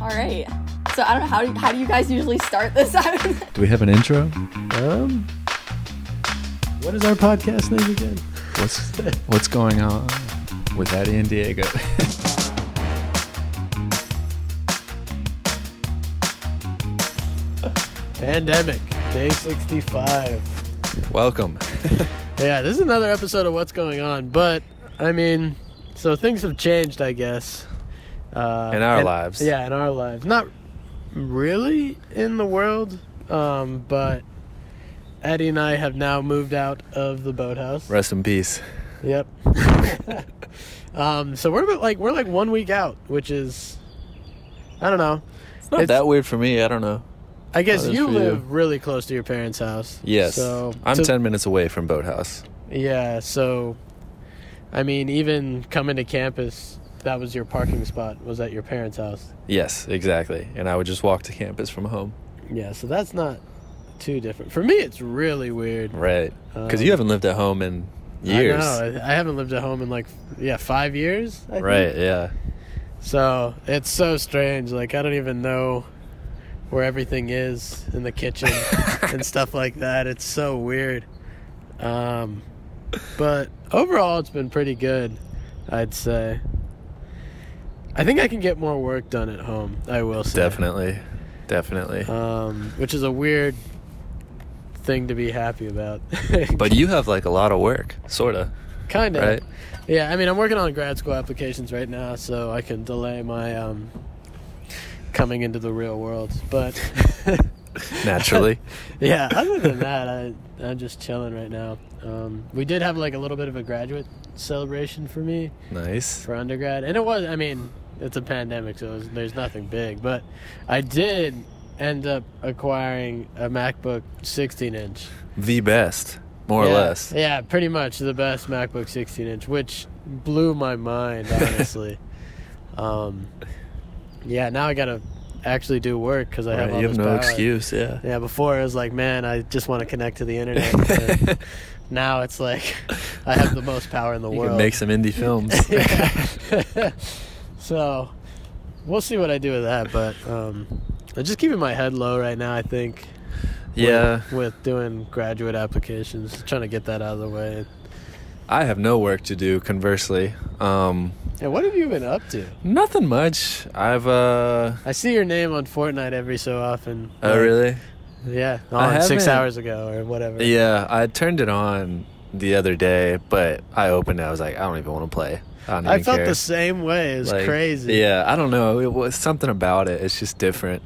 All right. So I don't know how do, how do you guys usually start this out? Do we have an intro? Um, what is our podcast name again? What's what's going on with that in Diego? Pandemic, day 65. Welcome. Yeah, this is another episode of What's Going On, but I mean, so things have changed, I guess. Uh, In our and- lives. Yeah, in our lives. Not really in the world, um, but Eddie and I have now moved out of the boathouse. Rest in peace. Yep. um, so we're about, like we're like one week out, which is I don't know. It's not It's- that weird for me. I don't know. I guess How it is you for you. live really close to your parents' house. Yes. So I'm to- 10 minutes away from Boathouse. Yeah. So, I mean, even coming to campus, that was your parking spot. Was at your parents' house. Yes, exactly. And I would just walk to campus from home. Yeah. So that's not too different. For me, it's really weird. Right. Because Um, you haven't lived at home in years. I know. I haven't lived at home in like yeah five years. I think. Right, yeah. So it's so strange. Like I don't even know where everything is in the kitchen and stuff like that. It's so weird. Um, but overall, it's been pretty good. I'd say. I think I can get more work done at home. I will say. Definitely. Definitely. Um, which is a weird thing to be happy about. but you have like a lot of work, sort of. kind of. Right. Yeah, I mean, I'm working on grad school applications right now, so I can delay my um, coming into the real world. But Naturally. yeah, other than that, I, I'm just chilling right now. Um, we did have like a little bit of a graduate celebration for me nice. for undergrad, and it was, I mean, it's a pandemic, so it was, there's nothing big, but I did end up acquiring a MacBook 16 inch The best, more or yeah. less. Yeah, pretty much the best MacBook 16 inch, which blew my mind, honestly. um, yeah, now I gotta actually do work because I have Right, all you this have no power. excuse, yeah. Yeah, before it was like, man, I just want to connect to the internet. And now it's like, I have the most power in the You world. can make some indie films. Yeah. so we'll see what I do with that, but um, I'm just keeping my head low right now. I think yeah. with, with doing graduate applications, trying to get that out of the way. I have no work to do, conversely. Um, And what have you been up to? nothing much. I've, uh. I see your name on Fortnite every so often. Oh, Like, really? Yeah, I on six haven't- hours ago or whatever. Yeah, I turned it on the other day, but I opened it. I was like, I don't even want to play. I, don't even I felt care. the same way. It was Like, crazy. Yeah, I don't know. It was something about it. It's just different.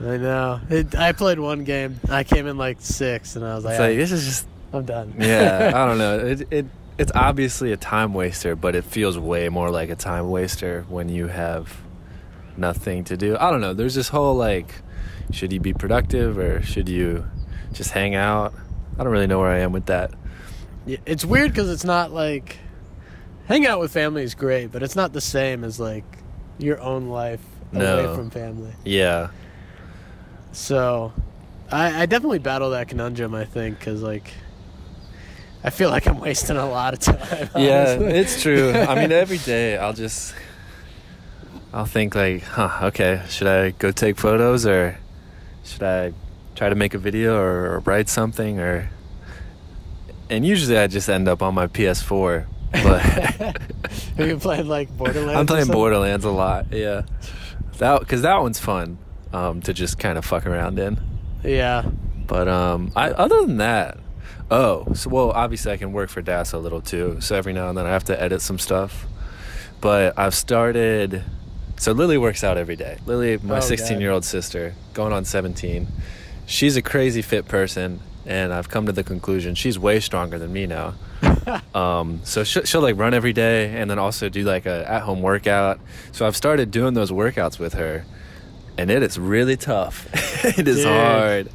I know. It, I played one game. I came in like six, and I was It's like, like this is just I'm done. yeah. uh, I don't know. It it it's obviously a time waster, but it feels way more like a time waster when you have nothing to do. I don't know. There's this whole like, should you be productive or should you just hang out? I don't really know where I am with that. Yeah, it's weird because it's not like hang out with family is great, but it's not the same as like your own life No. away from family. Yeah. So, I, I definitely battle that conundrum. I think because like I feel like I'm wasting a lot of time. Yeah, honestly. it's true. I mean, every day I'll just I'll think like, huh, okay, should I go take photos or should I try to make a video or, write something or and usually I just end up on my PS4, but Are you playing like Borderlands? I'm or playing something? Borderlands a lot. Yeah, that cuz that one's fun um to just kind of fuck around in. Yeah, But um, I other than that, oh, so well, obviously I can work for DAS a little too. So every now and then I have to edit some stuff. But I've started. So Lily works out every day. Lily, Oh, my God. 16 year old sister, going on 17. She's a crazy fit person, and I've come to the conclusion she's way stronger than me now. Um, so she'll, she'll like run every day and then also do like a at home workout. So I've started doing those workouts with her and it is really tough. it is Dude. hard.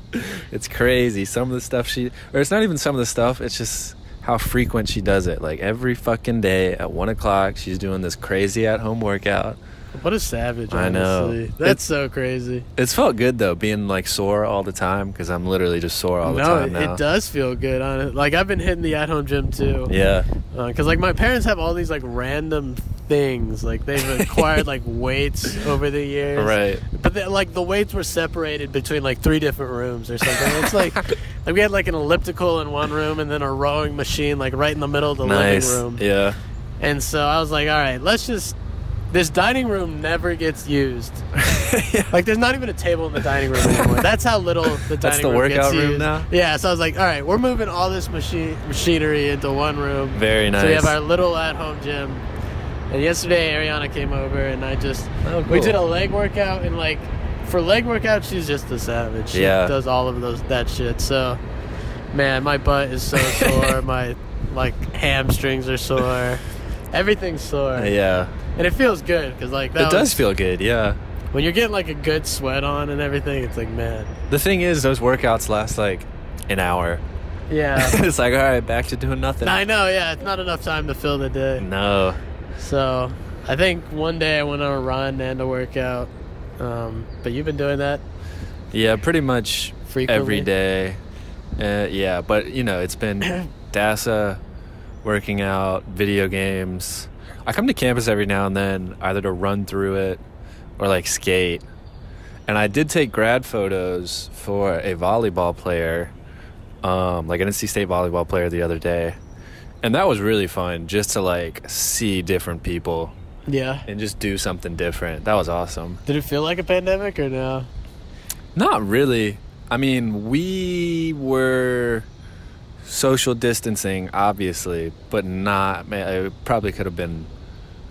It's crazy. Some of the stuff she, or it's not even some of the stuff, it's just how frequent she does it. Like every fucking day at one o'clock, she's doing this crazy at home workout. what a savage! I know. Honestly. It's- that's so crazy. It's felt good though, being like sore all the time because I'm literally just sore all the no, time it- now. it does feel good on it. Like I've been hitting the at-home gym too. Yeah. because like my parents have all these like random things. Like they've acquired like weights over the years. Right. But the, like the weights were separated between like three different rooms or something. It's like, like we had like an elliptical in one room and then a rowing machine like right in the middle of the Nice. living room. Yeah. And so I was like, all right, let's just. This dining room never gets used. Like, there's not even a table in the dining room anymore. That's how little the dining the room workout gets room used. now? Yeah. So I was like, all right, we're moving all this machi- machinery into one room. Very nice. So we have our little at-home gym. And yesterday, Ariana came over, and I just Oh, we cool. did a leg workout, and like for leg workout, she's just a savage. She Yeah. does all of those that shit. So, man, my butt is so sore. My like hamstrings are sore. Everything's sore, yeah. and it feels good because like that It does was- feel good. Yeah. when you're getting like a good sweat on and everything. It's like man, The thing is, those workouts last like an hour. yeah. it's like, all right, back to doing nothing. I know, yeah. It's not enough time to fill the day. No. So I think one day I went on a run and a workout. Um, but you've been doing that Yeah, pretty much Frequently? every day. Uh, yeah, but you know, it's been DASA, working out, video games. I come to campus every now and then, either to run through it or like skate. And I did take grad photos for a volleyball player, um, like an NC State volleyball player the other day. And that was really fun just to like see different people Yeah. and just do something different. That was awesome. Did it feel like a pandemic or no? Not really. I mean, we were social distancing, obviously, but not. ma- It probably could have been.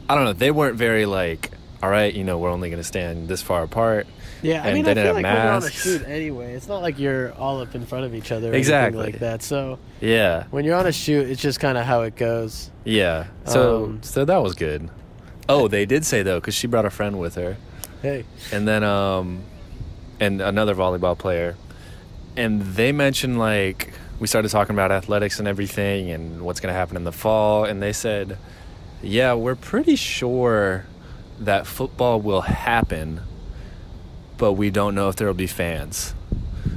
I don't know. They weren't very like. All right, you know, we're only going to stand this far apart. Yeah, I And mean, they I feel didn't like have we're on a masks. shoot anyway. It's not like you're all up in front of each other or Exactly. anything like that. So Yeah, when you're on a shoot, it's just kind of how it goes. yeah. So, Um, so that was good. Oh, they did say though, because she brought a friend with her. Hey, and then um and another volleyball player and they mentioned like we started talking about athletics and everything and what's going to happen in the fall and they said yeah we're pretty sure that football will happen but we don't know if there'll be fans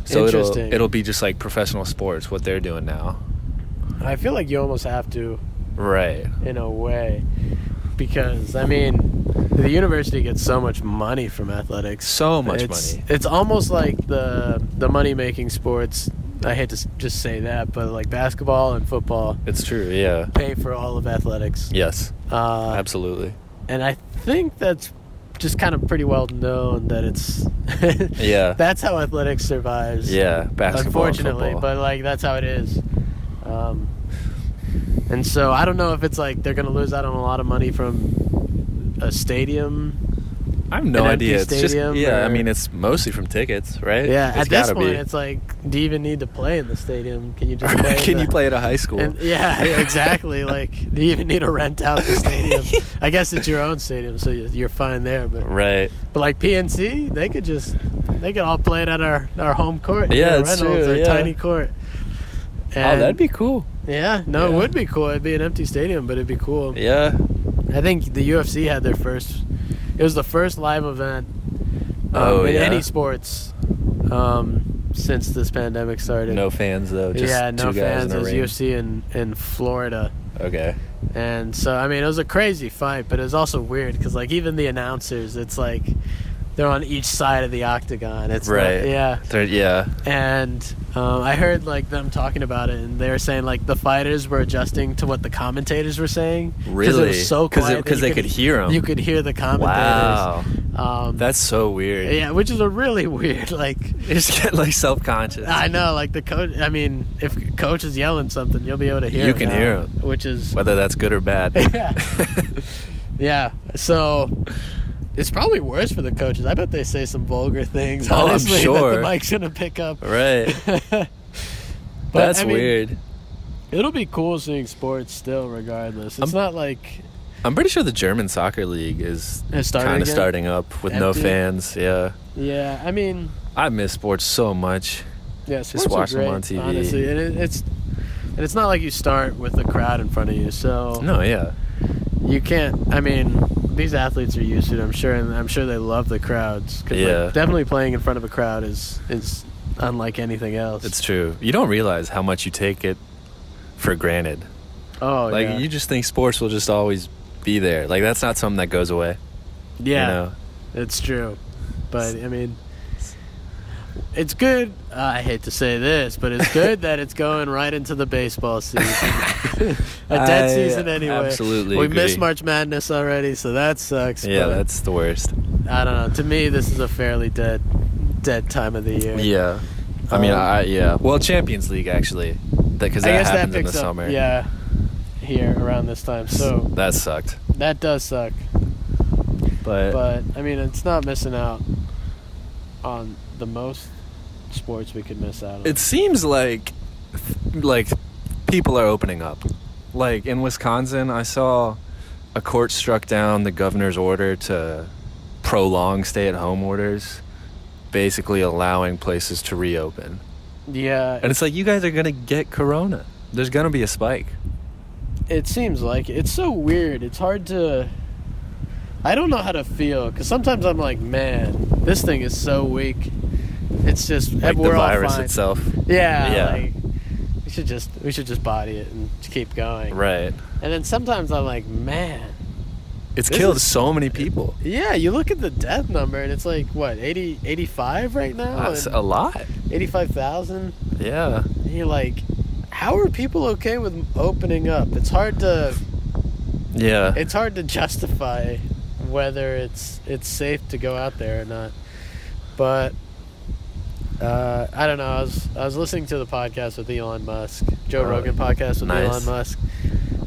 so it'll Interesting. it'll be just like professional sports what they're doing now I feel like you almost have to right in a way because I mean, the university gets so much money from athletics. so much it's, money It's almost like the the money making sports. I hate to s- just say that, but like basketball and football it's true yeah pay for all of athletics. yes Uh, absolutely and I think that's just kind of pretty well known that it's Yeah. that's how athletics survives. yeah basketball and unfortunately, football. but like that's how it is. Um, and so I don't know if it's like they're gonna lose out on a lot of money from a stadium I have no an idea. empty It's just stadium yeah. I or- mean, it's mostly from tickets, right? Yeah, It's at this gotta point, be. it's like, do you even need to play in the stadium? Can you just play? in Can the- you play at a high school? And, yeah, yeah, exactly. like, do you even need to rent out the stadium? I guess it's your own stadium, so you- you're fine there. But, right. but like PNC, they could just they could all play it at our, our home court. Yeah, you know, it's true, Reynolds, our yeah. tiny court. oh, And- that'd be cool. yeah. No, yeah. it would be cool. It'd be an empty stadium, but it'd be cool. Yeah. I think the UFC had their first. It was the first live event. um, Oh, in yeah? any sports um, since this pandemic started. No fans though. Just yeah, two no guys fans. In a It was ring. UFC in in Florida, Okay. and so I mean it was a crazy fight, but it was also weird because like even the announcers, it's like they're on each side of the octagon. It's not- Right. yeah, Third, yeah. and um, I heard like them talking about it, and they were saying like the fighters were adjusting to what the commentators were saying. 'cause it Really? was so 'Cause it- quiet that 'cause you they could hear 'em. You could hear the commentators. Wow. Um, That's so weird. yeah, which is a really weird like. You just get like self conscious. I know, like the coach. I mean, if coach is yelling something, you'll be able to hear. You him can now, hear him. which is Whether that's good or bad. Yeah. yeah. So it's probably worse for the coaches. I bet they say some vulgar things. Oh, I'm Honestly, that sure. the mic's gonna pick up. right. but, that's I mean, weird. It'll be cool seeing sports still, regardless. It's I'm- not like I'm pretty sure the German soccer league is It's starting kind of again? starting up with no Empty? fans. Yeah. yeah. I mean, I miss sports so much. yeah, sports watch are them great, on TV. Honestly, and it, it's and it's not like you start with a crowd in front of you, so No, yeah. you can't. I mean, these athletes are used to it, I'm sure, and I'm sure they love the crowds. 'cause, like, Yeah. definitely playing in front of a crowd is is unlike anything else. It's true. You don't realize how much you take it for granted. oh like yeah. you just think sports will just always be there. Like that's not something that goes away. Yeah, You know? it's true. But I mean, it's good. Uh, I hate to say this, but it's good that it's going right into the baseball season. A dead I season anyway. absolutely We agree. missed March Madness already, so that sucks. Yeah, but that's the worst. I don't know. To me, this is a fairly dead, dead time of the year. Yeah. I mean, Um, I yeah. Well, Champions League actually, because I that, guess that happened in picks the up. summer. Yeah, here around this time. So that sucked. that does suck. But I mean, it's not missing out on the most sports we could miss out on. it seems like like people are opening up like in wisconsin i saw a court struck down the governor's order to prolong stay-at-home orders basically allowing places to reopen yeah, and it's like you guys are gonna get corona there's gonna be a spike It seems like it. it's so weird. It's hard to. I don't know how to feel because sometimes I'm like, man, this thing is so weak. It's just like we're the virus all fine. itself Yeah, Yeah. Like, we should just we should just body it and just keep going. right And then sometimes I'm like, man, it's This killed is- so many people yeah. You look at the death number and it's like what 80, 85 right now, That's a lot eighty five thousand. yeah And you're like, how are people okay with opening up? It's hard to yeah it's hard to justify whether it's it's safe to go out there or not. But uh, I don't know. I was I was listening to the podcast with Elon Musk, Joe Oh, Rogan podcast with nice. Elon Musk.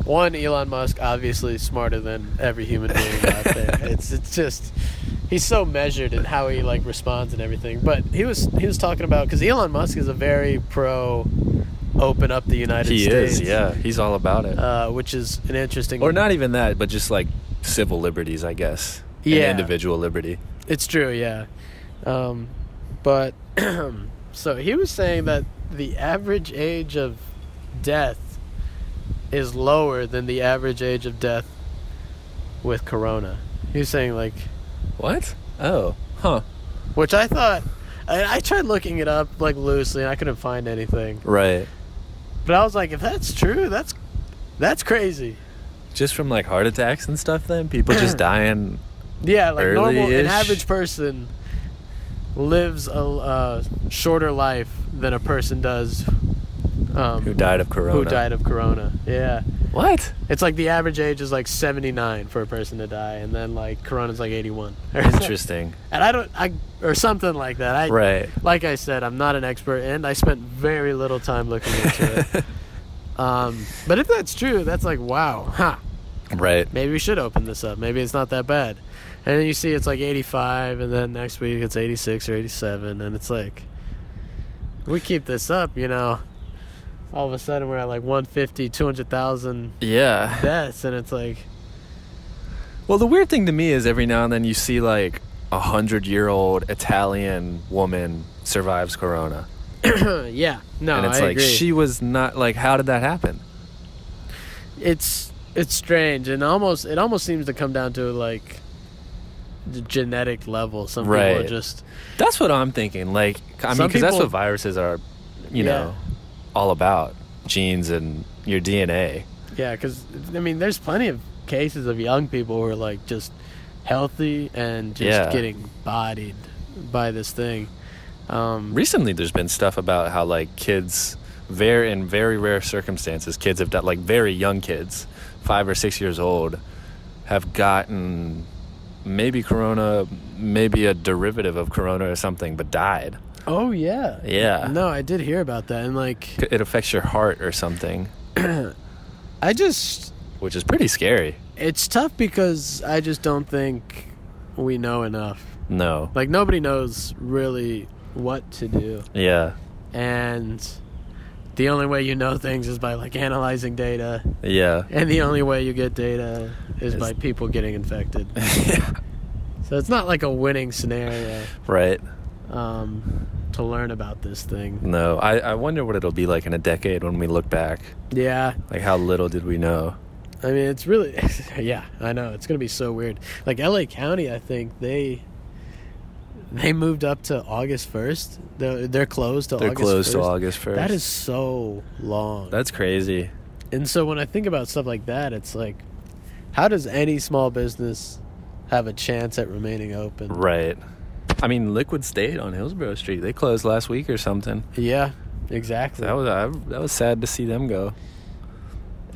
One Elon Musk obviously smarter than every human being out there. It's it's just he's so measured in how he like responds and everything. But he was he was talking about because Elon Musk is a very pro open up the United he States. is yeah he's all about it Uh, which is an interesting or not even that, but just like civil liberties, I guess. and Yeah. individual liberty. It's true, yeah. Um, but so he was saying that the average age of death is lower than the average age of death with corona. He was saying like, What? Oh, huh? which I thought. I, I tried looking it up like loosely, and I couldn't find anything. Right. But I was like, if that's true, that's that's crazy. Just from like heart attacks and stuff. Then people just dying. Yeah, like normal, an Early-ish. average person lives a uh, shorter life than a person does um, Who died of corona? who died of corona. Yeah, What? it's like the average age is like seventy nine for a person to die, and then like corona's like eighty one. Interesting. and I don't, I or something like that. I, right. Like I said, I'm not an expert, and I spent very little time looking into it. Um, but if that's true, that's like wow, huh? right. maybe we should open this up. Maybe it's not that bad. And then you see it's like 85, and then next week it's 86 or 87, and it's like, we keep this up, you know. All of a sudden we're at like 150, 200,000 Yeah. deaths, and it's like, Well, the weird thing to me is every now and then you see like a hundred-year-old Italian woman survives corona, yeah, no, and it's I like agree. she was not like. How did that happen? it's it's strange, and almost it almost seems to come down to like the genetic level. Some people Right. are just That's what I'm thinking. Like, I mean, Some because that's people- what viruses are, you Yeah. know, all about genes and your DNA. Yeah, because I mean, there's plenty of cases of young people who are like just healthy and just Yeah. getting bodied by this thing. Um, Recently, there's been stuff about how like kids, very in very rare circumstances, kids have died. Like very young kids, five or six years old, have gotten maybe corona, maybe a derivative of corona or something, but died. oh yeah, Yeah. No, I did hear about that, and like, C- It affects your heart or something, I just which is pretty scary. it's tough because I just don't think we know enough. No. Like nobody knows really what to do, Yeah. and the only way you know things is by like analyzing data, Yeah. and the only way you get data is It's- by people getting infected. So it's not like a winning scenario right. um, to learn about this thing. No, I, I wonder what it'll be like in a decade when we look back. Yeah, Like, how little did we know? I mean it's really, yeah, I know it's gonna be so weird. Like LA County, I think they they moved up to August first. They're, they're closed to They're August. closed to 1st. August 1st. That is so long. That's crazy. and so when I think about stuff like that, it's like, How does any small business have a chance at remaining open? Right. I mean, Liquid State on Hillsborough Street, they closed last week or something. Yeah, exactly. That was I, that was sad to see them go.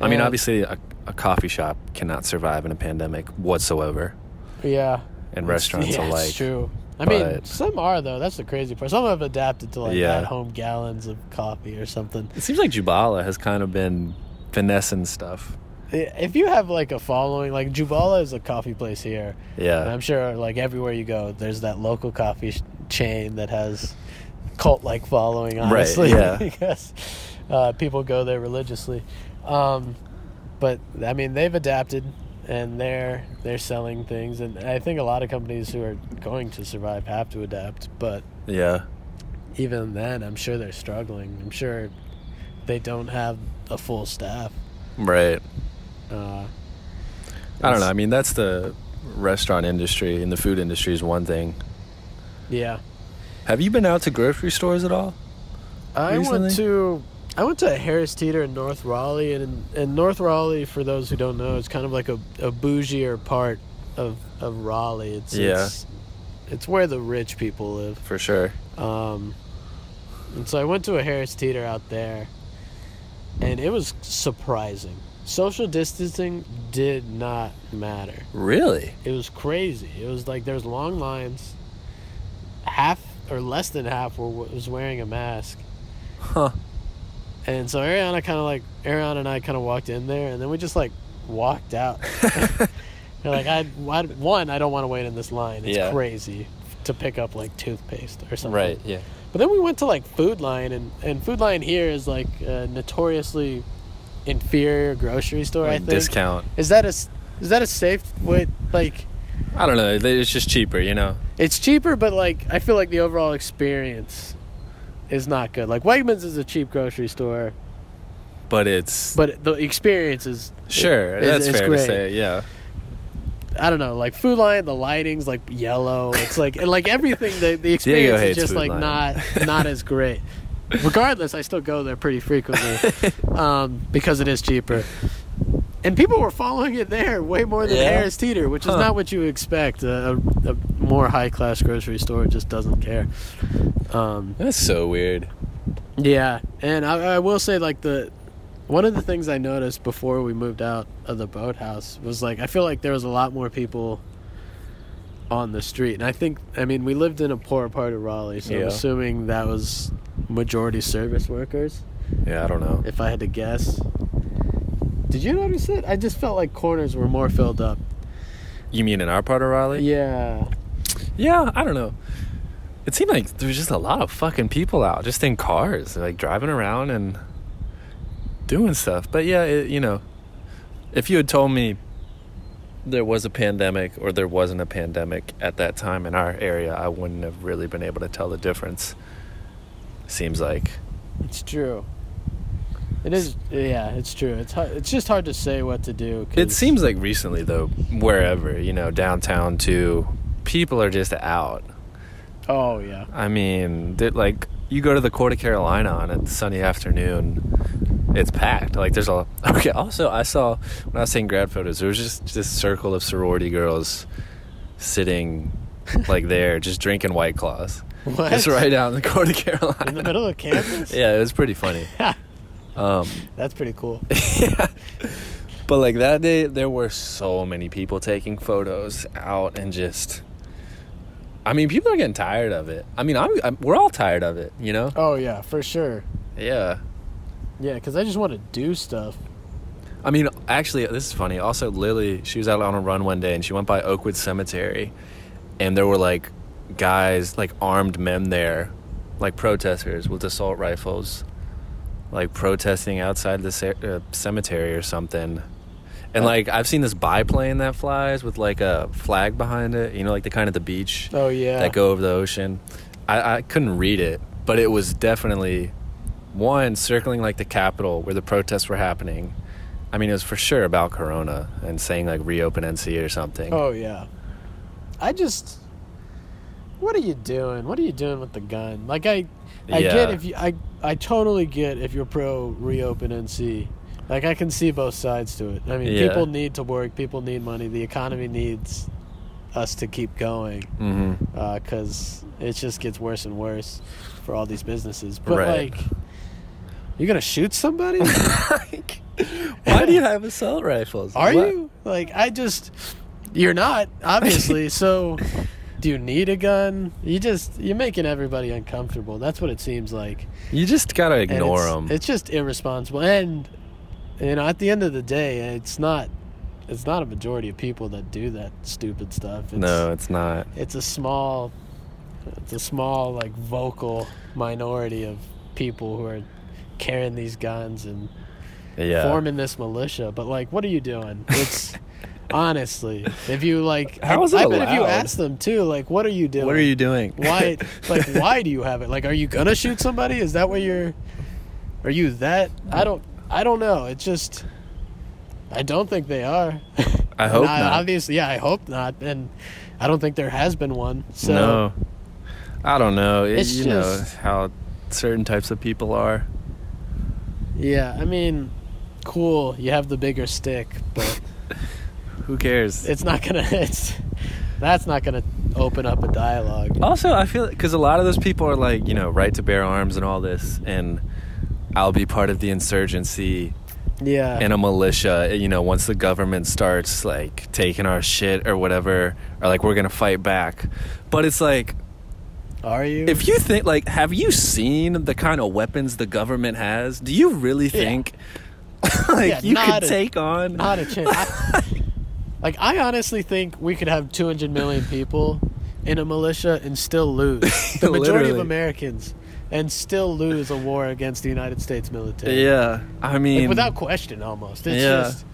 I mean, Yeah. obviously, a, a coffee shop cannot survive in a pandemic whatsoever, yeah. and restaurants yeah, alike. It's true. I mean, but- some are though. That's the crazy part. Some have adapted to like Yeah. at-home gallons of coffee or something. It seems like Jubala has kind of been finessing stuff. If you have like a following, like Jubala is a coffee place here, and Yeah, I'm sure like everywhere you go, there's that local coffee sh- chain that has cult-like following. Right, Honestly, yeah. because uh, people go there religiously. Um, but I mean, they've adapted, and they're they're selling things, and I think a lot of companies who are going to survive have to adapt, but. yeah, even then, I'm sure they're struggling. I'm sure they don't have a full staff. right. Uh, I don't know. I mean, that's the restaurant industry and the food industry is one thing. yeah, Have you been out to grocery stores at all? I Recently? went to I went to Harris Teeter in North Raleigh, and in, and North Raleigh, for those who don't know, it's kind of like a, a bougier part of of Raleigh. It's Yeah. it's, it's where the rich people live. For sure. Um, and so I went to a Harris Teeter out there, and it was surprising. Social distancing did not matter. Really? It was crazy. It was like there's long lines. Half or less than half were was wearing a mask, Huh. and so Ariana kind of like Ariana and I kind of walked in there, and then we just like walked out. We're like I, I one I don't want to wait in this line. It's Yeah. crazy to pick up like toothpaste or something. right. Yeah. But then we went to like Food Lion, and and Food Lion here is like a notoriously inferior grocery store. I Like think discount. is that a s- is that a safe way like. I don't know. they- It's just cheaper, you know. It's cheaper, but like I feel like the overall experience is not good. Like Wegmans is a cheap grocery store, But it's but the experience is sure. is- that's is fair great. to say. Yeah. I don't know. Like Food Lion, the lighting's like yellow. It's like and like everything. The the experience is hates just Food like Lion. not not as great. Regardless, I still go there pretty frequently um, because it is cheaper. And people were following it there way more than Yeah? Harris Teeter, which is Huh. not what you expect. A, a, a more high class grocery store just doesn't care. Um, That's so weird. Yeah, and I, I will say like the one of the things I noticed before we moved out of the boathouse was like I feel like there was a lot more people on the street, and I think I mean we lived in a poor part of Raleigh, so I'm Yeah. assuming that was majority service workers, Yeah, I don't know. if I had to guess. Did you notice it? I just felt like corners were more filled up. You mean in our part of Raleigh? Yeah, Yeah, I don't know. It seemed like there was just a lot of fucking people out, just in cars, like driving around and doing stuff. But yeah, it, you know, if you had told me there was a pandemic or there wasn't a pandemic at that time in our area, I wouldn't have really been able to tell the difference. Seems like. it's true. It is, yeah, it's true. It's hard, it's just hard to say what to do. 'cause- It seems like recently, though, wherever, you know, downtown too, people are just out. Oh yeah. I mean, that like you go to the Court of Carolina on a sunny afternoon, it's packed. Like there's a okay. Also, I saw when I was taking grad photos, there was just this circle of sorority girls sitting like there, just drinking White Claws. What? Just right out in the Court of Carolina. in the middle of campus. Yeah, it was pretty funny. Um, That's pretty cool. but like that day, there were so many people taking photos out and just. I mean, people are getting tired of it. I mean, I'm, I'm, we're all tired of it, you know? Oh yeah, for sure. Yeah. Yeah, because I just want to do stuff. I mean, actually, this is funny. Also, Lily, she was out on a run one day and she went by Oakwood Cemetery, and there were like guys, like armed men there, like protesters with assault rifles, like protesting outside the ce- uh, cemetery or something. And like I've seen this biplane that flies with like a flag behind it, you know, like the kind at the beach Oh yeah. that go over the ocean. I, I couldn't read it, but it was definitely one circling like the capital where the protests were happening. I mean, it was for sure about Corona and saying like reopen NC or something. oh yeah. I just. What are you doing? What are you doing with the gun? Like I, I Yeah. get if you, I, I totally get if you're pro reopen NC, Like I can see both sides to it. I mean, Yeah. people need to work. People need money. The economy needs us to keep going hmm because uh, it just gets worse and worse for all these businesses. But Right. like, you're gonna shoot somebody? Why do you have assault rifles? Are What- you? Like, I just, you're not obviously. so, do you need a gun? You just you're making everybody uncomfortable. That's what it seems like. You just gotta And ignore it's, them. It's just irresponsible. And you know, at the end of the day, it's not it's not a majority of people that do that stupid stuff. It's, no, it's not. it's a small it's a small like vocal minority of people who are carrying these guns and Yeah. forming this militia. But like, what are you doing? It's honestly, if you like, How I, is it I bet if you allowed? ask them too, like, what are you doing? What are you doing? why like why do you have it like are you gonna shoot somebody is that what you're are you that i don't i don't know it's just i don't think they are I And hope not. obviously yeah i hope not and i don't think there has been one so no. I don't know. It- It's you just- know how certain types of people are. yeah i mean cool you have the bigger stick but Who cares? it's not gonna it's that's not gonna open up a dialogue Also, I feel because a lot of those people are like, you know, right to bear arms and all this, and I'll be part of the insurgency yeah and a militia. You know, once the government starts like taking our shit or whatever, or like we're gonna fight back. But it's like, are you if you think like, have you seen the kind of weapons the government has? Do you really Yeah. think like Yeah, you not could a- take on? Not a chance. I, like I honestly think we could have 200 million people in a militia and still lose the majority of Literally. Americans and still lose a war against the United States military. yeah, I mean, Like, without question, almost. It's Yeah. just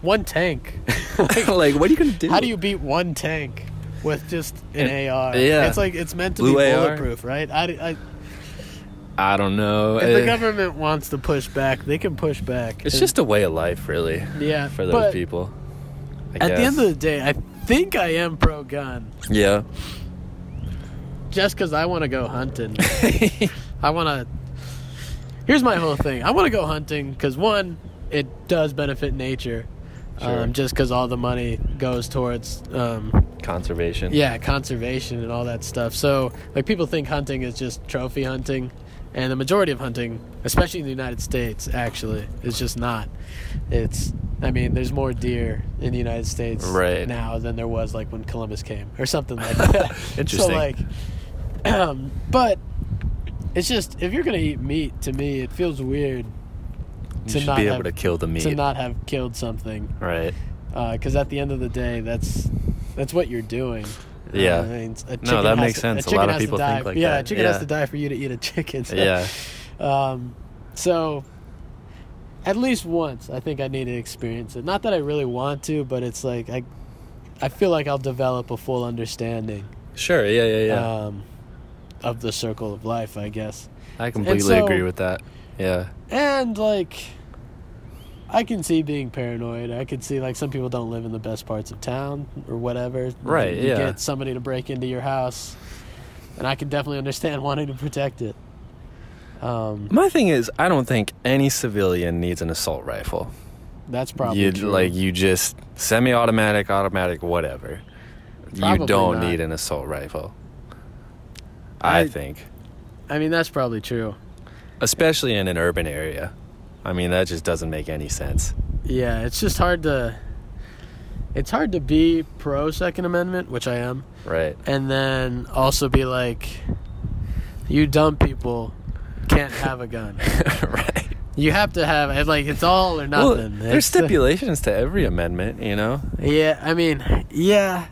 one tank. like, what are you gonna do? How do you beat one tank with just an An- AR? yeah. It's like it's meant to Blue be AR? bulletproof, right? I, I, I don't know. if the Eh, government wants to push back, they can push back. it's And- just a way of life, really. yeah for those but- people. I At the guess. end of the day, I think I am pro gun yeah, just because I want to go hunting. I want to. Here's my whole thing I want to go hunting because, one, it does benefit nature. Sure. Um, just because all the money goes towards, um, conservation. yeah, conservation and all that stuff. So, like, people think hunting is just trophy hunting, and the majority of hunting, especially in the United States, actually, is just not. It's, I mean, there's more deer in the United States Right. now than there was like when Columbus came or something like that. So, Interesting. like, um, but it's just if you're gonna eat meat, to me, it feels weird you to should not be have- able to kill the meat. to not have killed something right. because at the end of the day, that's that's what you're doing. Yeah. Uh, I mean, No, a that chicken has makes to- sense. A chicken lot of has to people die. think like yeah, that. a chicken Yeah. has to die for you to eat a chicken. So, Yeah. Um, so at least once, I think I need to experience it. Not that I really want to, but it's like I, I feel like I'll develop a full understanding Sure. Yeah. Yeah. Yeah. um, of the circle of life, I guess. I completely so- agree with that. Yeah. And like I can see being paranoid. I can see like some people don't live in the best parts of town or whatever. Right, You, yeah. get somebody to break into your house. And I can definitely understand wanting to protect it. Um My thing is, I don't think any civilian needs an assault rifle. that's probably You true. like you just semi-automatic, automatic, whatever. you Probably don't not. need an assault rifle. I, I- think, I mean that's probably true. especially in an urban area. I mean, that just doesn't make any sense. Yeah, it's just hard to it's hard to be pro second amendment, which I am, Right. and then also be like you dumb people can't have a gun. right. You have to have it, like it's all or Well, nothing. there's It's the- stipulations to every amendment, you know. yeah, I mean, yeah,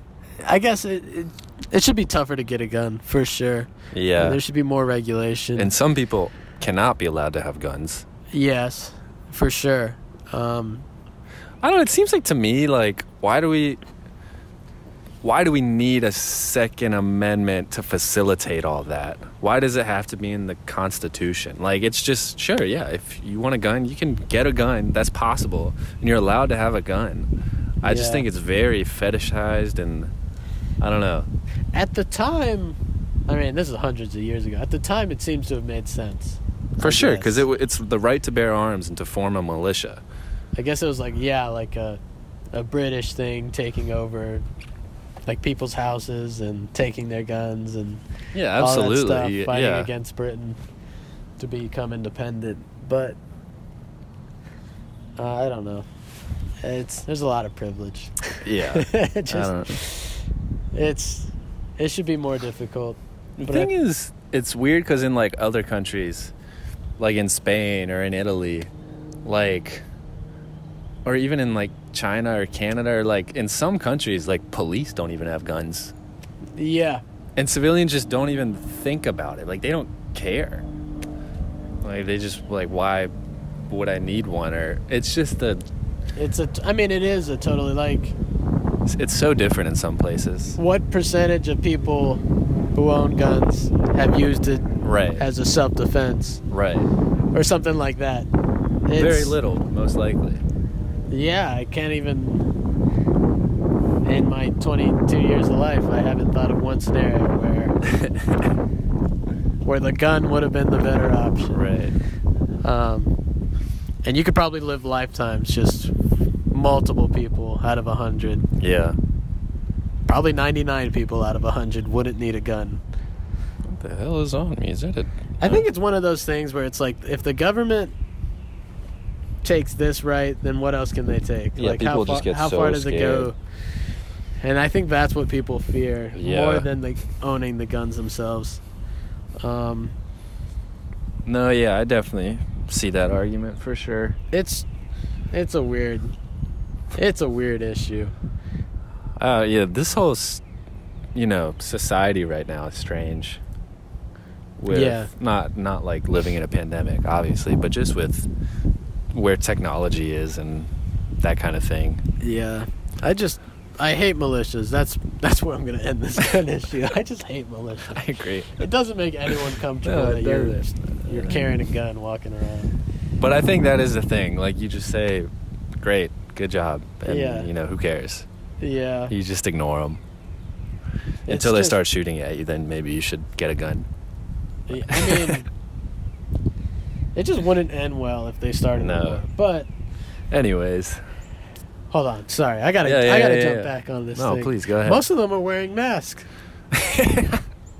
I guess it, it it should be tougher to get a gun for sure. Yeah. there should be more regulation. And some people cannot be allowed to have guns. yes, for sure. Um, I don't know, it seems like to me like why do we why do we need a second amendment to facilitate all that? Why does it have to be in the constitution? Like it's just sure, yeah, if you want a gun, you can get a gun. That's possible. And you're allowed to have a gun. I just Yeah. think it's very fetishized and I don't know. at the time, I mean, this is hundreds of years ago. At the time, it seems to have made sense. for I sure guess. because it, w- it's the right to bear arms and to form a militia. I guess it was like yeah, like a a British thing taking over like people's houses and taking their guns and Yeah, all that stuff, absolutely. fighting yeah, against Britain to become independent. But uh, I don't know. It's there's a lot of privilege. yeah. It I just, don't know. it's it should be more difficult. The But thing I- is, it's weird because in like other countries, like in Spain or in Italy, like, or even in like China or Canada, or like in some countries, like police don't even have guns, Yeah, and civilians just don't even think about it. Like they don't care. Like they just like why would I need one? Or it's just the it's a. t- I mean, it is a totally like it's so different in some places. what percentage of people who own guns have used it Right. as a self defense right. or something like that. It's, Very little, most likely. Yeah, I can't even. In my 22 years of life, I haven't thought of one scenario where where the gun would have been the better option. right. Um, and you could probably live lifetimes just multiple people out of a hundred, Yeah. probably 99 people out of a hundred wouldn't need a gun. What the hell is on me? Is that a I think it's one of those things where it's like if the government takes this right, then what else can they take? Yeah, like people how far, just get how so far does it scared. go? And I think that's what people fear Yeah. more than the owning the guns themselves. Um, No, yeah, I definitely see that argument for sure. it's it's a weird it's a weird issue. Uh, yeah, this whole, s- you know, society right now is strange. With Yeah. not not like living in a pandemic, obviously, but just with where technology is and that kind of thing. Yeah, I just I hate militias. That's that's where I'm gonna end this gun issue. I just hate militias. I agree. It doesn't make anyone comfortable No, it that you're, doesn't. you're carrying a gun walking around. But I think that is the thing. Like you just say, "Great, good job," and Yeah. you know who cares? Yeah. You just ignore them It's until they just- start shooting at you. Then maybe you should get a gun. I mean, it just wouldn't end well if they started. No. No. But Anyways, hold on, sorry, I gotta, Yeah, yeah, I gotta yeah, jump yeah. back on this. No, thing. please, go ahead. Most of them are wearing masks.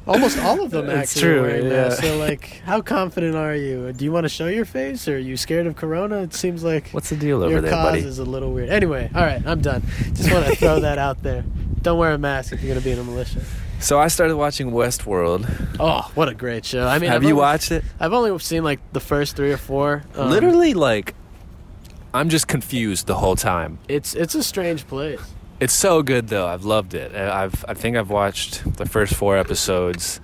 Almost all of them actually It's are true, wearing yeah. masks. So, like, how confident are you? Do you want to show your face, or are you scared of corona? It seems like what's the deal your over there, cause buddy? is a little weird. Anyway, all right, I'm done. Just want to throw that out there. Don't wear a mask if you're gonna be in a militia. So I started watching Westworld. Oh, what a great show! I mean, Have I've you only- watched it? I've only seen like the first three or four. Um, Literally, like, I'm just confused the whole time. It's it's a strange place. It's so good though. I've loved it. Uh, I've I think I've watched the first four episodes,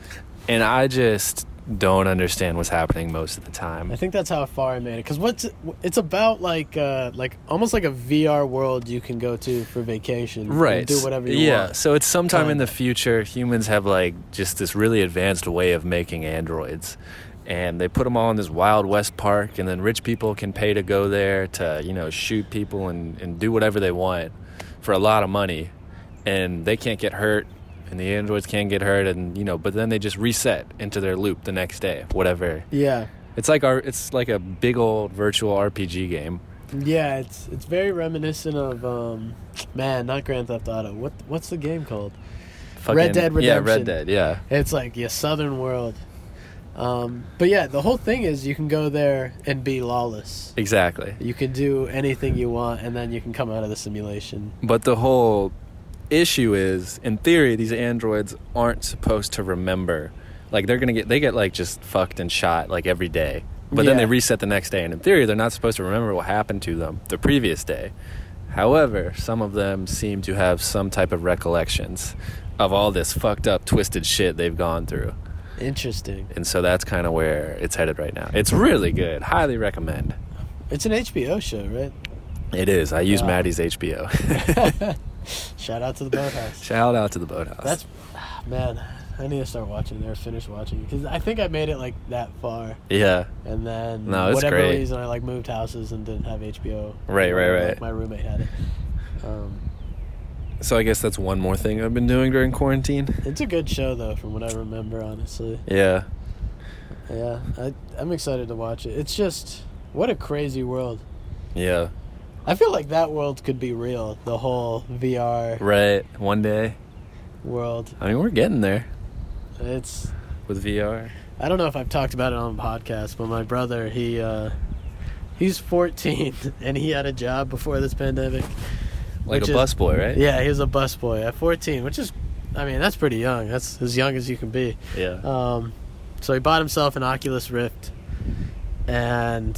and I just don't understand what's happening most of the I time. think that's how far I made it. Because what's it's about like uh like almost like a VR world you can go to for vacation. and Right. do whatever you yeah. want. So it's sometime in Kinda. the future. Humans have like just this really advanced way of making androids, and they put them all in this wild west park, and then rich people can pay to go there to you know shoot people and and do whatever they want for a lot of money, and they can't get hurt. And the androids can't get hurt, and you know, but then they just reset into their loop the next day. Whatever. Yeah. It's like our, it's like a big old virtual RPG game. Yeah, it's it's very reminiscent of um man, not Grand Theft Auto. What what's the game called? Red Dead Yeah, Red Redemption. Dead. Yeah. It's like yeah, Southern world. Um but yeah, the whole thing is you can go there and be lawless. Exactly. You can do anything you want and then you can come out of the simulation. But the whole issue is, in theory, these androids aren't supposed to remember. Like they're gonna get they get like just fucked and shot like every day. But then they Yeah. reset the next day, and in theory, they're not supposed to remember what happened to them the previous day. However, some of them seem to have some type of recollections of all this fucked up, twisted shit they've gone through. Interesting. And so that's kind of where it's headed right now. It's really good. Highly recommend. It's an HBO show, right? It is. I use Yeah. Maddie's HBO. Shout out to the boathouse. Shout out to the Boathouse. That's man. I need to start watching it or finish watching because I think I made it like that far, yeah. and then No, it's whatever great. reason I like moved houses and didn't have HBO. Right, right, right. My roommate had it. Um, So I guess that's one more thing I've been doing during quarantine. it's a good show though, from what I remember. Honestly, Yeah. Yeah, I, I'm excited to watch it. It's just what a crazy world. Yeah. I feel like that world could be real. The whole VR Right. One day. world. I mean, we're getting there It's with VR. I don't know if I've talked about it on the podcast, but my brother he uh, he's 14 and he had a job before this pandemic. Like Which a is- busboy, right? Yeah, he was a busboy at 14, which is, I mean, that's pretty young. That's as young as you can be. Yeah. Um, so he bought himself an Oculus Rift, and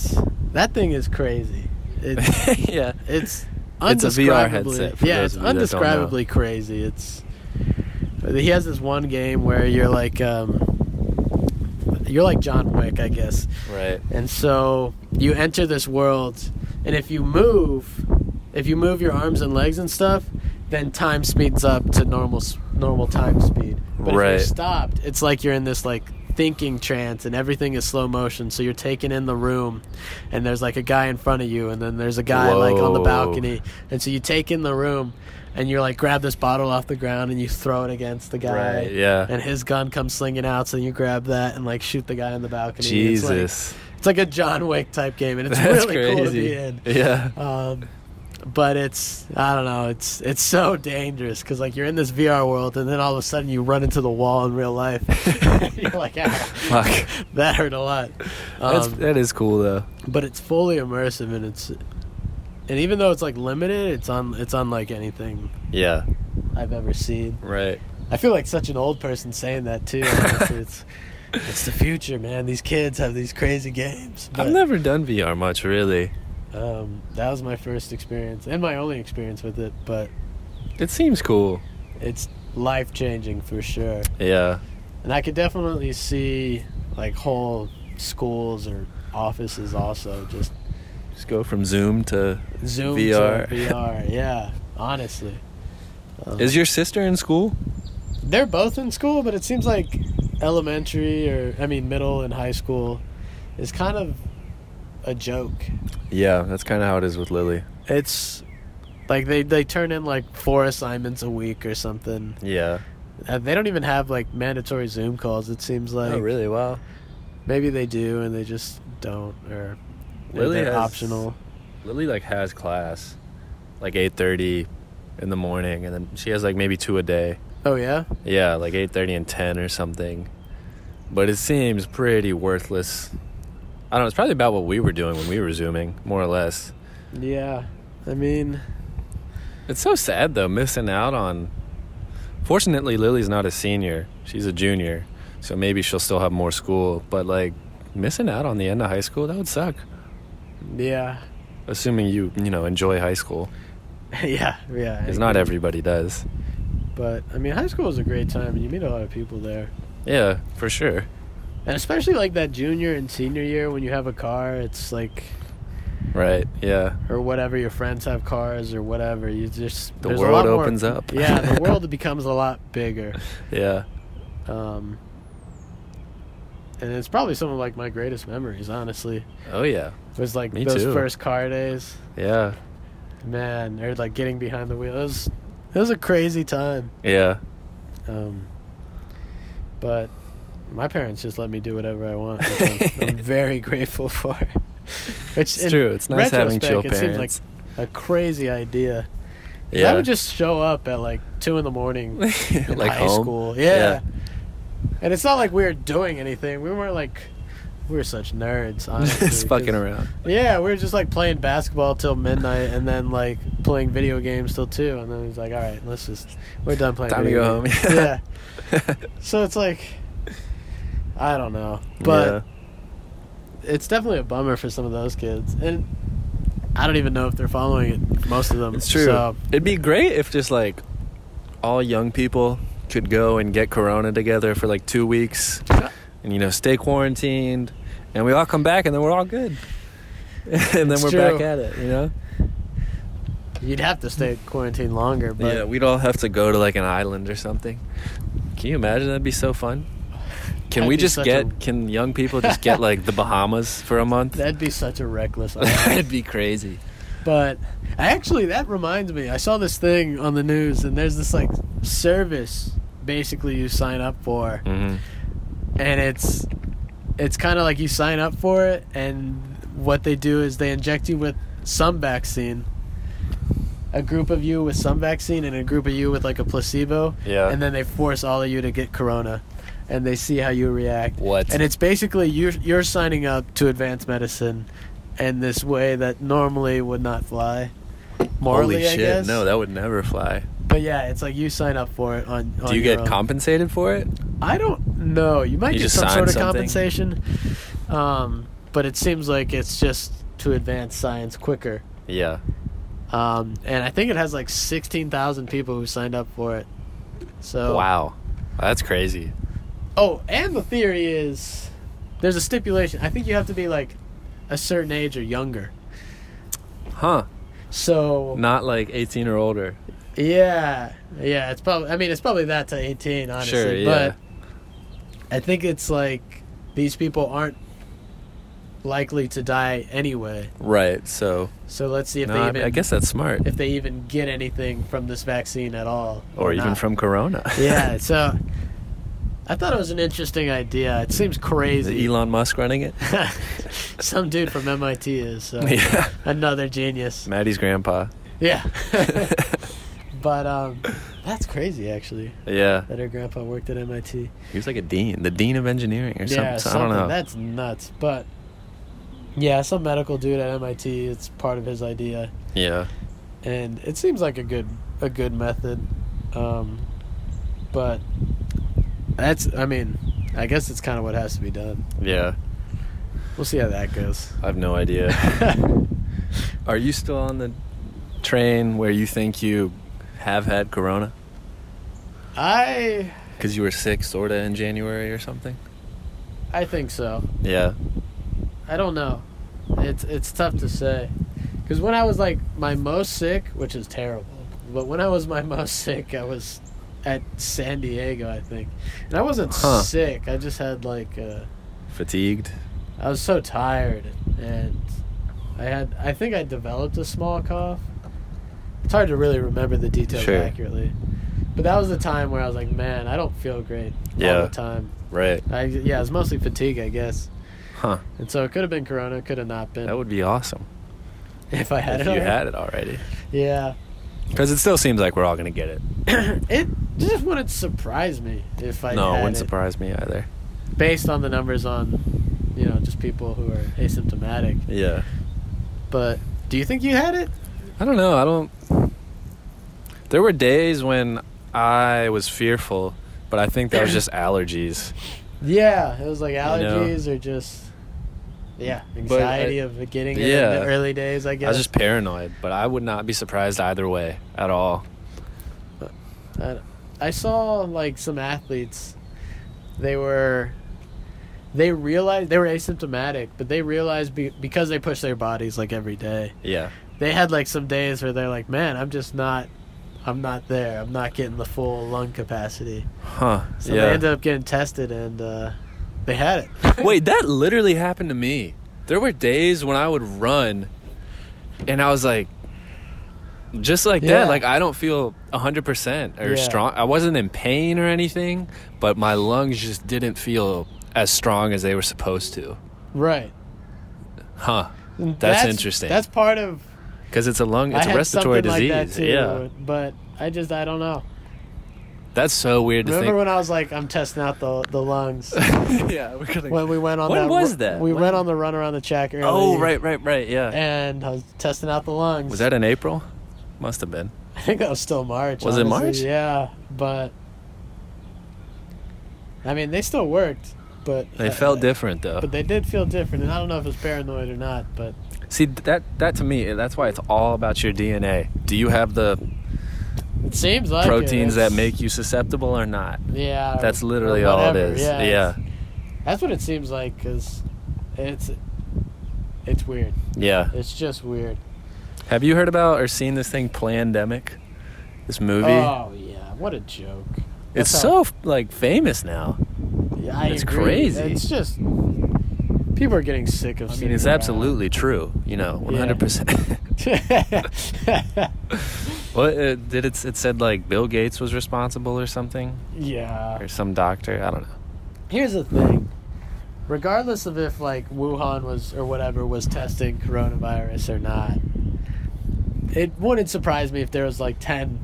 that thing is crazy. It's yeah. it's It's a VR undescribably- headset, for Yeah, those it's of you that don't know. undescribably crazy. It's he has this one game where you're like um, you're like John Wick, I guess. Right. And so you enter this world, and if you move, if you move your arms and legs and stuff, then time speeds up to normal s- normal time speed. But if Right. you're stopped, it's like you're in this like thinking trance and everything is slow motion so you're taken in the room and there's like a guy in front of you and then there's a guy like on the Whoa. balcony and so you take in the room and you're like grab this bottle off the ground and you throw it against the guy Right. Yeah. and his gun comes slinging out so you grab that and like shoot the guy on the balcony It's like- Jesus. it's like a John Wick type game, and it's That's really crazy. cool to be in. Yeah. Um, but it's I don't know, it's it's so dangerous because like you're in this VR world, and then all of a sudden you run into the wall in real life. you're like, ah, Fuck. that hurt a lot. That's, Um, that is cool though. but it's fully immersive, and it's and even though it's like limited, it's on it's unlike anything Yeah. I've ever seen. Right. I feel like such an old person saying that too. honestly. it's it's the future, man. These kids have these crazy games. I've but- never done VR much, really. Um, that was my first experience and my only experience with it, but It seems cool. it's life changing for sure. Yeah. And I could definitely see like whole schools or offices also just Just go from Zoom to. Zoom VR. to VR. Yeah, honestly, Um, Is your sister in school? they're both in school, but it seems like elementary or I mean middle and high school is kind of a joke. Yeah, that's kind of how it is with Lily. It's like they they turn in like four assignments a week or something. Yeah. Uh, they don't even have like mandatory Zoom calls. It seems like Oh, really? Wow. maybe they do, and they just don't, or or Lily they're has- optional. Lily like has class, like eight thirty, in the morning, and then she has like maybe two a day. Oh yeah, Yeah, like eight thirty and ten or something. But it seems pretty worthless. I don't know. It's probably about what we were doing when we were zooming, more or less. yeah. I mean, It's so sad though, missing out on. Fortunately, Lily's not a senior; she's a junior, so maybe she'll still have more school. But like, missing out on the end of high school, that would suck. yeah, Assuming you, you know, enjoy high school, yeah, yeah. because not everybody does. But I mean, high school is a great time, and you meet a lot of people there, Yeah, for sure. and especially like that junior and senior year when you have a car. It's like Right. Yeah. or whatever your friends have cars or whatever. You just The there's a world lot more- opens up. yeah, the world becomes a lot bigger. Yeah. Um, and it's probably some of like my greatest memories, honestly. Oh yeah. Was like Me those too. first car days, Yeah. man, or like getting behind the wheel. It was, it was a crazy time. Yeah. Um, but my parents just let me do whatever I want. which I'm, I'm very grateful for. Which It's in true. It's nice having chill retrospect, It parents. seems like a crazy idea. 'Cause I yeah. would just show up at like two in the morning in like high home. school. Yeah. And it's not like we were doing anything. We weren't like we were such nerds, honestly. just fucking 'cause- around. Yeah, we were just like playing basketball till midnight and then like playing video games till two and then he's like, All right, let's just we're done playing. Time to go video games." home. yeah. So it's like I don't know. But it's definitely a bummer for some of those kids. And I don't even know if they're following it, most of them. It's true. So, It'd be great if just like all young people could go and get corona together for like two weeks and you know stay quarantined and we all come back and then we're all good. and then It's we're true. back at it, you know? You'd have to stay quarantined longer, but yeah, we'd all have to go to like an island or something. Can you imagine that'd be so fun? Can That'd we be just such get a- can young people just get like the Bahamas for a month? that'd be such a reckless idea. That'd be crazy. But actually, that reminds me. I saw this thing on the news, and there's this like service basically you sign up for, Mm-hmm. and it's it's kind of like you sign up for it, and what they do is they inject you with some vaccine, a group of you with some vaccine, and a group of you with like a placebo. Yeah. And then they force all of you to get corona, and they see how you react. What? And it's basically you're you're signing up to advanced medicine, in this way that normally would not fly. Morally, Holy I shit! guess. No, that would never fly. But yeah, it's like you sign up for it on. on Do you your get own. compensated for it? I don't know. You might You get just some sign sort of something? compensation, um, but it seems like it's just to advance science quicker. Yeah. Um, and I think it has like sixteen thousand people who signed up for it. So Wow. That's crazy. Oh, and the theory is there's a stipulation. I think you have to be like a certain age or younger. Huh. So Not like 18 or older. Yeah, yeah. It's probably. I mean, it's probably that to eighteen, honestly. Sure, yeah. But I think it's like these people aren't likely to die anyway. Right, Right. So, So let's see if no, they I, even I guess that's smart. if they even get anything from this vaccine at all, Or even not. from Corona. yeah. So I thought it was an interesting idea. It seems Is it crazy. Elon Musk running it? Some dude from MIT is so yeah. another genius. Maddie's grandpa. Yeah. but um, that's crazy, actually. yeah. that her grandpa worked at MIT. He was like a dean, the dean of engineering or yeah, something. so I don't know. That's nuts. But yeah, some medical dude at MIT. It's part of his idea, yeah. and it seems like a good a good method. Um, but that's. I mean, I guess it's kind of what has to be done. Yeah. We'll see how that goes. I have no idea. Are you still on the train where you think you have had Corona? I Because you were sick, sorta, in January or something? I think so. Yeah. I don't know. It's it's tough to say. Cuz when I was like my most sick, which is terrible, but when I was my most sick, I was at San Diego, I think. And I wasn't Huh. sick. I just had like uh, Fatigued? I was so tired and I had I think I developed a small cough. It's hard to really remember the details Sure. accurately. But that was the time where I was like, man, I don't feel great all Yeah. the time. Right. I yeah, it was mostly fatigue, I guess. Huh. And so it could have been corona, could have not been. That would be awesome If I had if it, you already. had it already. yeah. Because it still seems like we're all going to get it. It just wouldn't surprise me if I no, it had wouldn't it, surprise me either. based on the numbers on, you know, just people who are asymptomatic. Yeah. But do you think you had it? I don't know. I don't. There were days when I was fearful, but I think that was just allergies. Yeah, it was like know. allergies or just, yeah, But I- anxiety of getting it in Yeah. the early days. I guess. I was just paranoid, but I would not be surprised either way at all. I, I saw like some athletes. They were, they realized they were asymptomatic, but they realized be, because they push their bodies like every day. Yeah. they had like some days where they're like, man, I'm just not, I'm not there. I'm not getting the full lung capacity. Huh. So yeah. they ended up getting tested and uh, they had it. Wait, that literally happened to me. There were days when I would run and I was like, just like Yeah. that, like I don't feel 100% or Yeah. strong. I wasn't in pain or anything, but my lungs just didn't feel as strong as they were supposed to. Right. Huh. That's, interesting. That's part of. Because it's a lung, I it's a had respiratory something disease. Like that too, yeah. But I just, I don't know. That's so weird to Remember think. when I was like, I'm testing out the the lungs yeah, we're gonna. when we went on. When that was ru- that? We When- went on the run around the track early. oh, right, right, right. Yeah. And I was testing out the lungs. Was that in April? Must have been. I think that was still March. Was it honestly. March? Yeah, but I mean, they still worked, but They uh, felt different though. But they did feel different, and I don't know if it's paranoid or not. But See that that to me that's why it's all about your DNA. Do you have the it seems like it. proteins that It's- make you susceptible or not? yeah. or- That's or literally all it whatever. is. Yeah, Yeah. it's- Yeah. that's what it seems like because it's it's weird. It's just weird. Have you heard about or seen this thing Plandemic? This movie? Oh yeah, what a joke. it's that's so like famous now. Yeah, I It's agree. crazy. It's just people are getting sick of. I mean, it's absolutely true, you know, 100%. absolutely. what uh, did it it said like Bill Gates was responsible or something Yeah. or some doctor, I don't know. Here's the thing. regardless of if like Wuhan was or whatever was testing coronavirus or not, it wouldn't surprise me if there was like 10,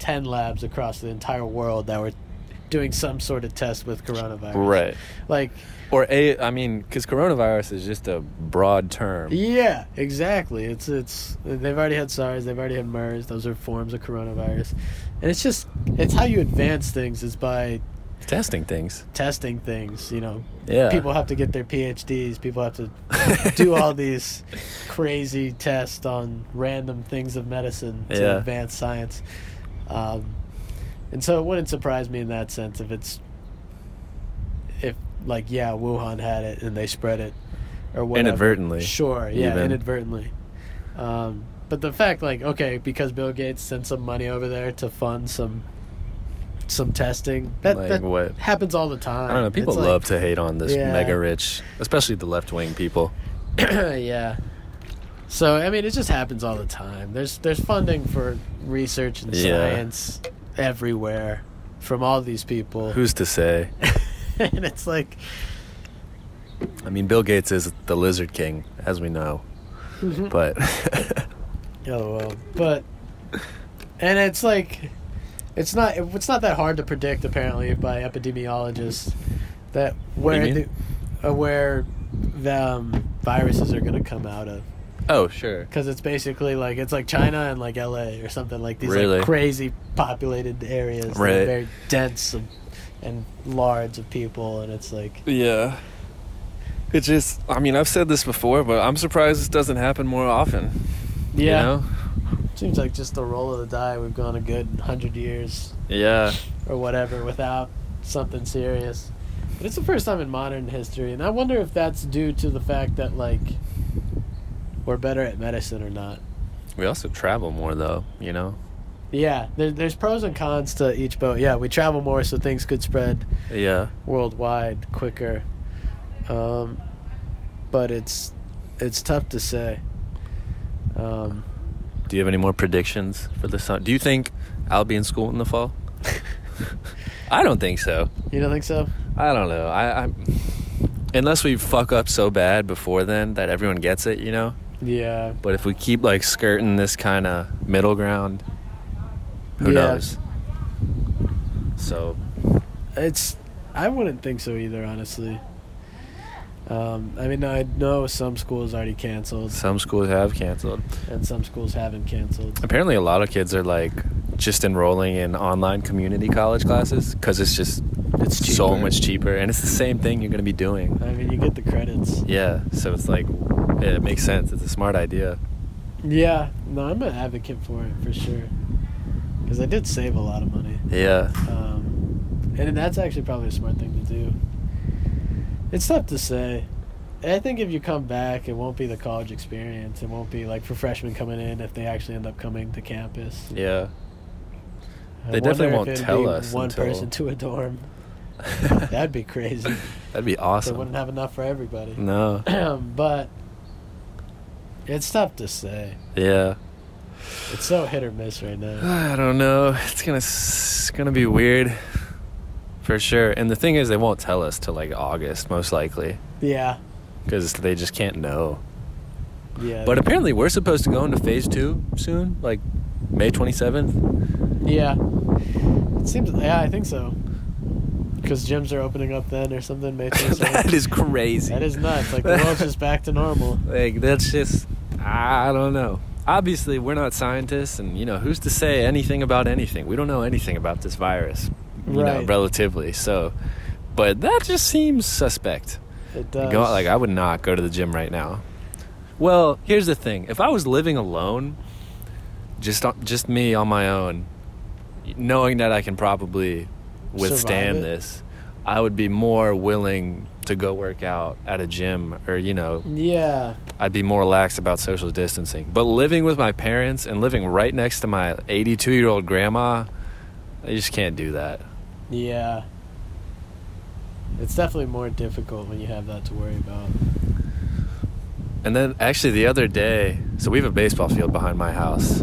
10 labs across the entire world that were doing some sort of test with coronavirus. Right. Like, Or a, I mean, because coronavirus is just a broad term. yeah, exactly. It's it's they've already had SARS, they've already had MERS. Those are forms of coronavirus, and it's just it's how you advance things is by Testing things. testing things. You know, Yeah. people have to get their PhDs. People have to do all these crazy tests on random things of medicine to Yeah. advance science. Um, and so it wouldn't surprise me in that sense if it's if like yeah, Wuhan had it and they spread it or whatever. Inadvertently, Sure, yeah, even. inadvertently. Um, but the fact like okay, because Bill Gates sent some money over there to fund some some testing that, Like that what? happens all the time. I don't know. People Uh, It's like- love to hate on this Yeah. mega rich, especially the left wing people. yeah. So I mean, it just happens all the time. There's there's funding for research and Yeah. science everywhere from all these people, Who's to say? and it's like, I mean, Bill Gates is the lizard king, as we know. But oh well, but and it's like, it's not it's not that hard to predict apparently by epidemiologists that What do where you the, uh, where the um, viruses are going to come out of. oh, sure. because it's basically like it's like China and like LA or something like these Really? like crazy populated areas, that are Right. very dense and, and large of people, and it's like Yeah. It just, I mean, I've said this before, but I'm surprised this doesn't happen more often. You know? seems like just the roll of the die. We've gone a good hundred years Yeah. or whatever without something serious, but it's the first time in modern history, and I wonder if that's due to the fact that like we're better at medicine or not. We also travel more, though, you know? Yeah, there, there's pros and cons to each boat. Yeah, we travel more, so things could spread Yeah. worldwide quicker. Um, but it's it's tough to say. Um, Do you have any more predictions for the summer? Do you think I'll be in school in the fall? I don't think so. you don't think so? I don't know. I, I unless we fuck up so bad before then that everyone gets it, you know. Yeah. But if we keep like skirting this kind of middle ground, who Yeah. knows? So It's I wouldn't think so either, honestly. Um, I mean, I know some schools already canceled, some schools have canceled. and some schools haven't canceled. Apparently, a lot of kids are like just enrolling in online community college classes because it's just It's so cheaper. much cheaper, and it's the same thing you're gonna be doing. I mean, you get the credits. Yeah, so it's like yeah, it makes sense. It's a smart idea. Yeah. No, I'm an advocate for it for sure, because I did save a lot of money. Yeah, Um, and that's actually probably a smart thing to do. It's tough to say. I think if you come back, it won't be the college experience. It won't be like for freshmen coming in if they actually end up coming to campus. yeah. I They definitely wonder if won't it'd tell be us One until- person to a dorm. That'd That'd be crazy. be They awesome. Mm. wouldn't have enough for everybody. No. but it's tough to say. Yeah. It's so hit or miss right now. I don't know. It's gonna it's gonna be weird, for sure. And the thing is, they won't tell us till like August, most likely, Yeah. because they just can't know. Yeah. But apparently, we're supposed to go into phase two soon, like May twenty seventh. Yeah. It seems. Yeah, I think so. Because gyms are opening up then or something. May 27th. that is crazy. That is nuts. Like the world's just back to normal. Like that's just I don't know. Obviously, we're not scientists, and you know who's to say anything about anything. We don't know anything about this virus, you know, Right. relatively. So, but that just seems suspect. It You does. go- like I would not go to the gym right now. Well, here's the thing: if I was living alone, just on- just me on my own, knowing that I can probably withstand it? this, I would be more willing to go work out at a gym or you know yeah. I'd be more relaxed about social distancing. But living with my parents and living right next to my 82 year old grandma, I just can't do that. Yeah. It's definitely more difficult when you have that to worry about. And then actually the other day, so we have a baseball field behind my house,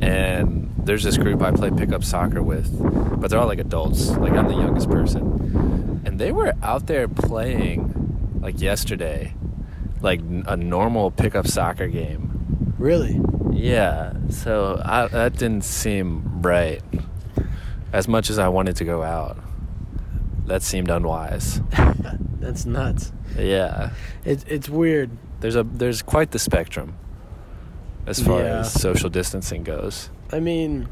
and there's this group I play pickup soccer with, but they're all like adults. Like I'm the youngest person, and they were out there playing like yesterday, like n- a normal pickup soccer game. Really? Yeah, so I, that didn't seem right. As much as I wanted to go out, that seemed unwise. That's nuts. Yeah, It's it's weird. there's a there's quite the spectrum as far Yeah. as social distancing goes. I mean,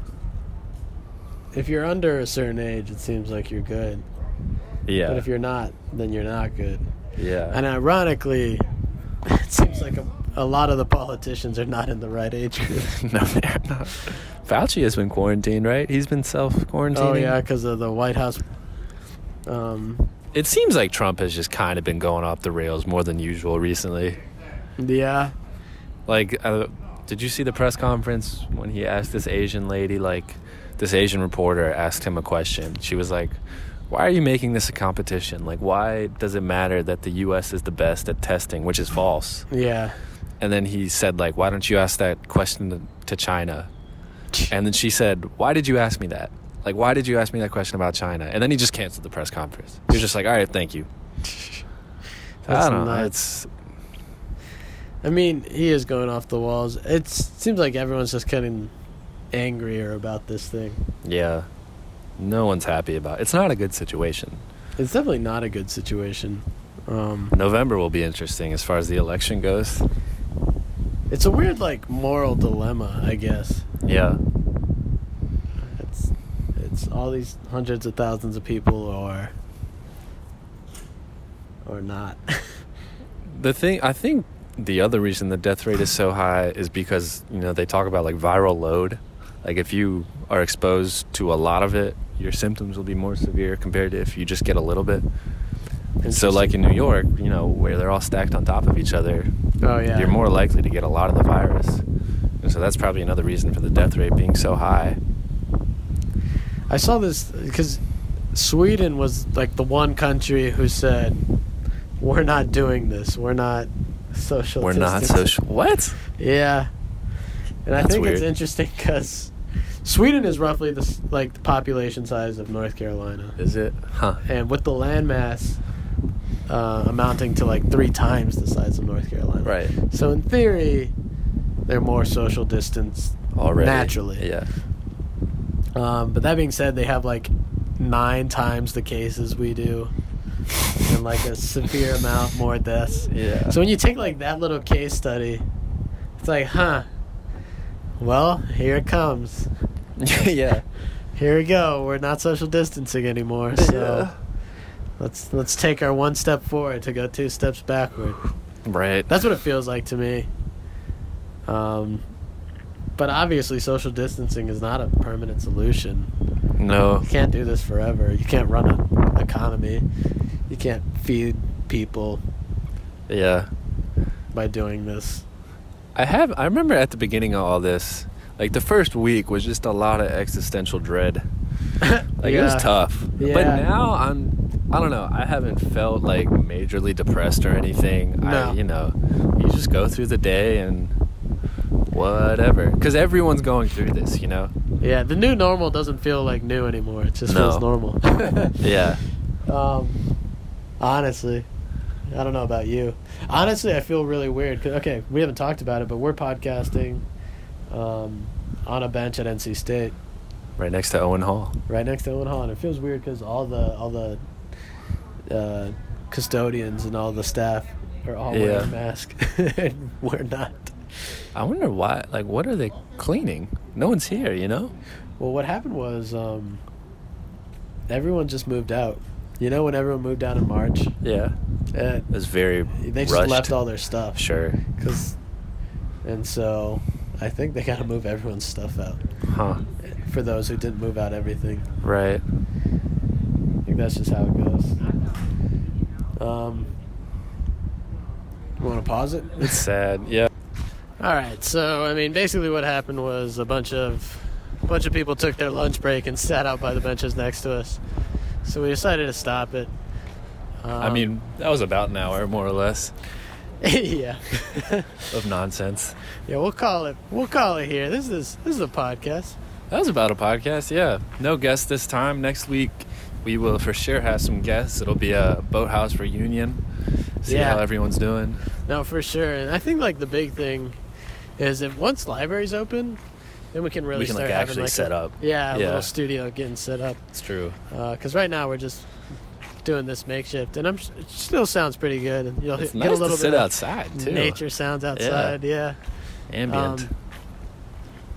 if you're under a certain age, it seems like you're good. Yeah, But if you're not, then you're not good. yeah, And ironically, it seems like a, a lot of the politicians are not in the right age group. No, they're not. Fauci has been quarantined, right? He's been self quarantining. oh yeah, because of the White House. Um, It seems like Trump has just kind of been going off the rails more than usual recently. yeah, Like, uh, did you see the press conference when he asked this Asian lady, like, this Asian reporter asked him a question? She was like, why are you making this a competition? Like, why does it matter that the U.S. is the best at testing, which is false? yeah. And then he said, like, why don't you ask that question to, to China? And then she said, why did you ask me that? Like, why did you ask me that question about China? And then he just canceled the press conference. He was just like, all right, thank you. That's I don't know. nuts. It's I mean, he is going off the walls. It seems like everyone's just getting angrier about this thing. yeah. No one's happy about it. It's not a good situation. It's definitely not a good situation. Um, November will be interesting as far as the election goes. it's a weird, like, moral dilemma, I guess. Yeah. It's it's all these hundreds of thousands of people, or or not. The thing I think the other reason the death rate is so high is because, you know, they talk about like viral load. Like if you are exposed to a lot of it, your symptoms will be more severe compared to if you just get a little bit. So like in New York, you know, where they're all stacked on top of each other, oh yeah, you're more likely to get a lot of the virus. And so that's probably another reason for the death rate being so high. I saw this because Sweden was like the one country who said, "We're not doing this. We're not social. We're not distancing." social. What? Yeah, and I That's think it's weird. interesting because Sweden is roughly the s- like the population size of North Carolina, Is it? Huh. and with the landmass uh, amounting to like three times the size of North Carolina. Right. So in theory, they're more social distanced Already. Naturally. Yeah. Um, but that being said, they have like nine times the cases we do, and like a severe amount more deaths. Yeah. So when you take like that little case study, it's like, huh? Well, here it comes. yeah. Here we go. We're not social distancing anymore. So let's let's take our one step forward to go two steps backward. Right. That's what it feels like to me. Um, but obviously, social distancing is not a permanent solution. no. You can't do this forever. You can't run an economy. You can't feed people Yeah. by doing this. I have. I remember at the beginning of all this, like the first week was just a lot of existential dread. Like it Yeah. was tough. But Yeah. now I'm. I don't know. I haven't felt like majorly depressed or anything. No. I, you know, you just go through the day and whatever. Because everyone's going through this, you know. Yeah, the new normal doesn't feel like new anymore. It just No. feels normal. Yeah. Um, honestly, I don't know about you. Honestly, I feel really weird. 'cause- okay, we haven't talked about it, but we're podcasting um, on a bench at NC State, Right next to Owen Hall. right next to Owen Hall, and it feels weird because all the all the uh, custodians and all the staff are all Yeah. wearing masks, and we're not. I wonder why. Like, what are they cleaning? No one's here, you know. Well, what happened was um, everyone just moved out. You know, when everyone moved out in March, Yeah. uh, It was very. they just rushed. left all their stuff. Sure. Cause, and so I think they gotta move everyone's stuff out Huh. for those who didn't move out everything. Right. I think that's just how it goes. Um, you want to pause it? It's sad. Yeah. All right. So I mean, basically, what happened was a bunch of a bunch of people took their lunch break and sat out by the benches next to us. So we decided to stop it. Um, I mean, that was about an hour, more or less, yeah, of nonsense. yeah. We'll call it. We'll call it here. This is this is a podcast. That was about a podcast, yeah. No guests this time. Next week, we will for sure have some guests. It'll be a boathouse reunion. see Yeah. how everyone's doing. No, for sure. And I think like the big thing is if once library's open, then we can really We can, like, start having, actually like, set a- up. Yeah, a Yeah. little studio getting set up. It's true. Because right now we're just doing this makeshift, and I'm s- it still sounds pretty good. And you'll It's get nice a little to bit sit of outside too. nature sounds outside. Yeah. ambient. Um,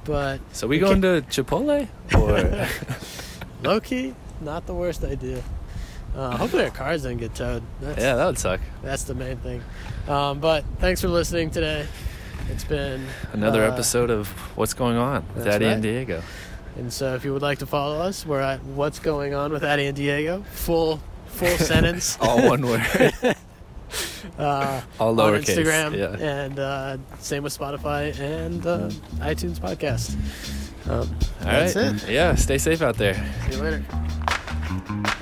But so we we can't- going to Chipotle or low key, not the worst idea. Uh, hopefully our cars didn't get towed. That's, yeah, that would suck. That's the main thing. Um, but thanks for listening today. It's been Another uh, episode of what's going on with that's Addy right. and Diego. And so, if you would like to follow us, we're at What's Going On with Addy and Diego. Full, full sentence. All one word. uh, All on lowercase. Instagram, Yeah. and uh, same with Spotify and uh, iTunes podcast. Um, All right. that's it. Yeah. Stay safe out there. See you later.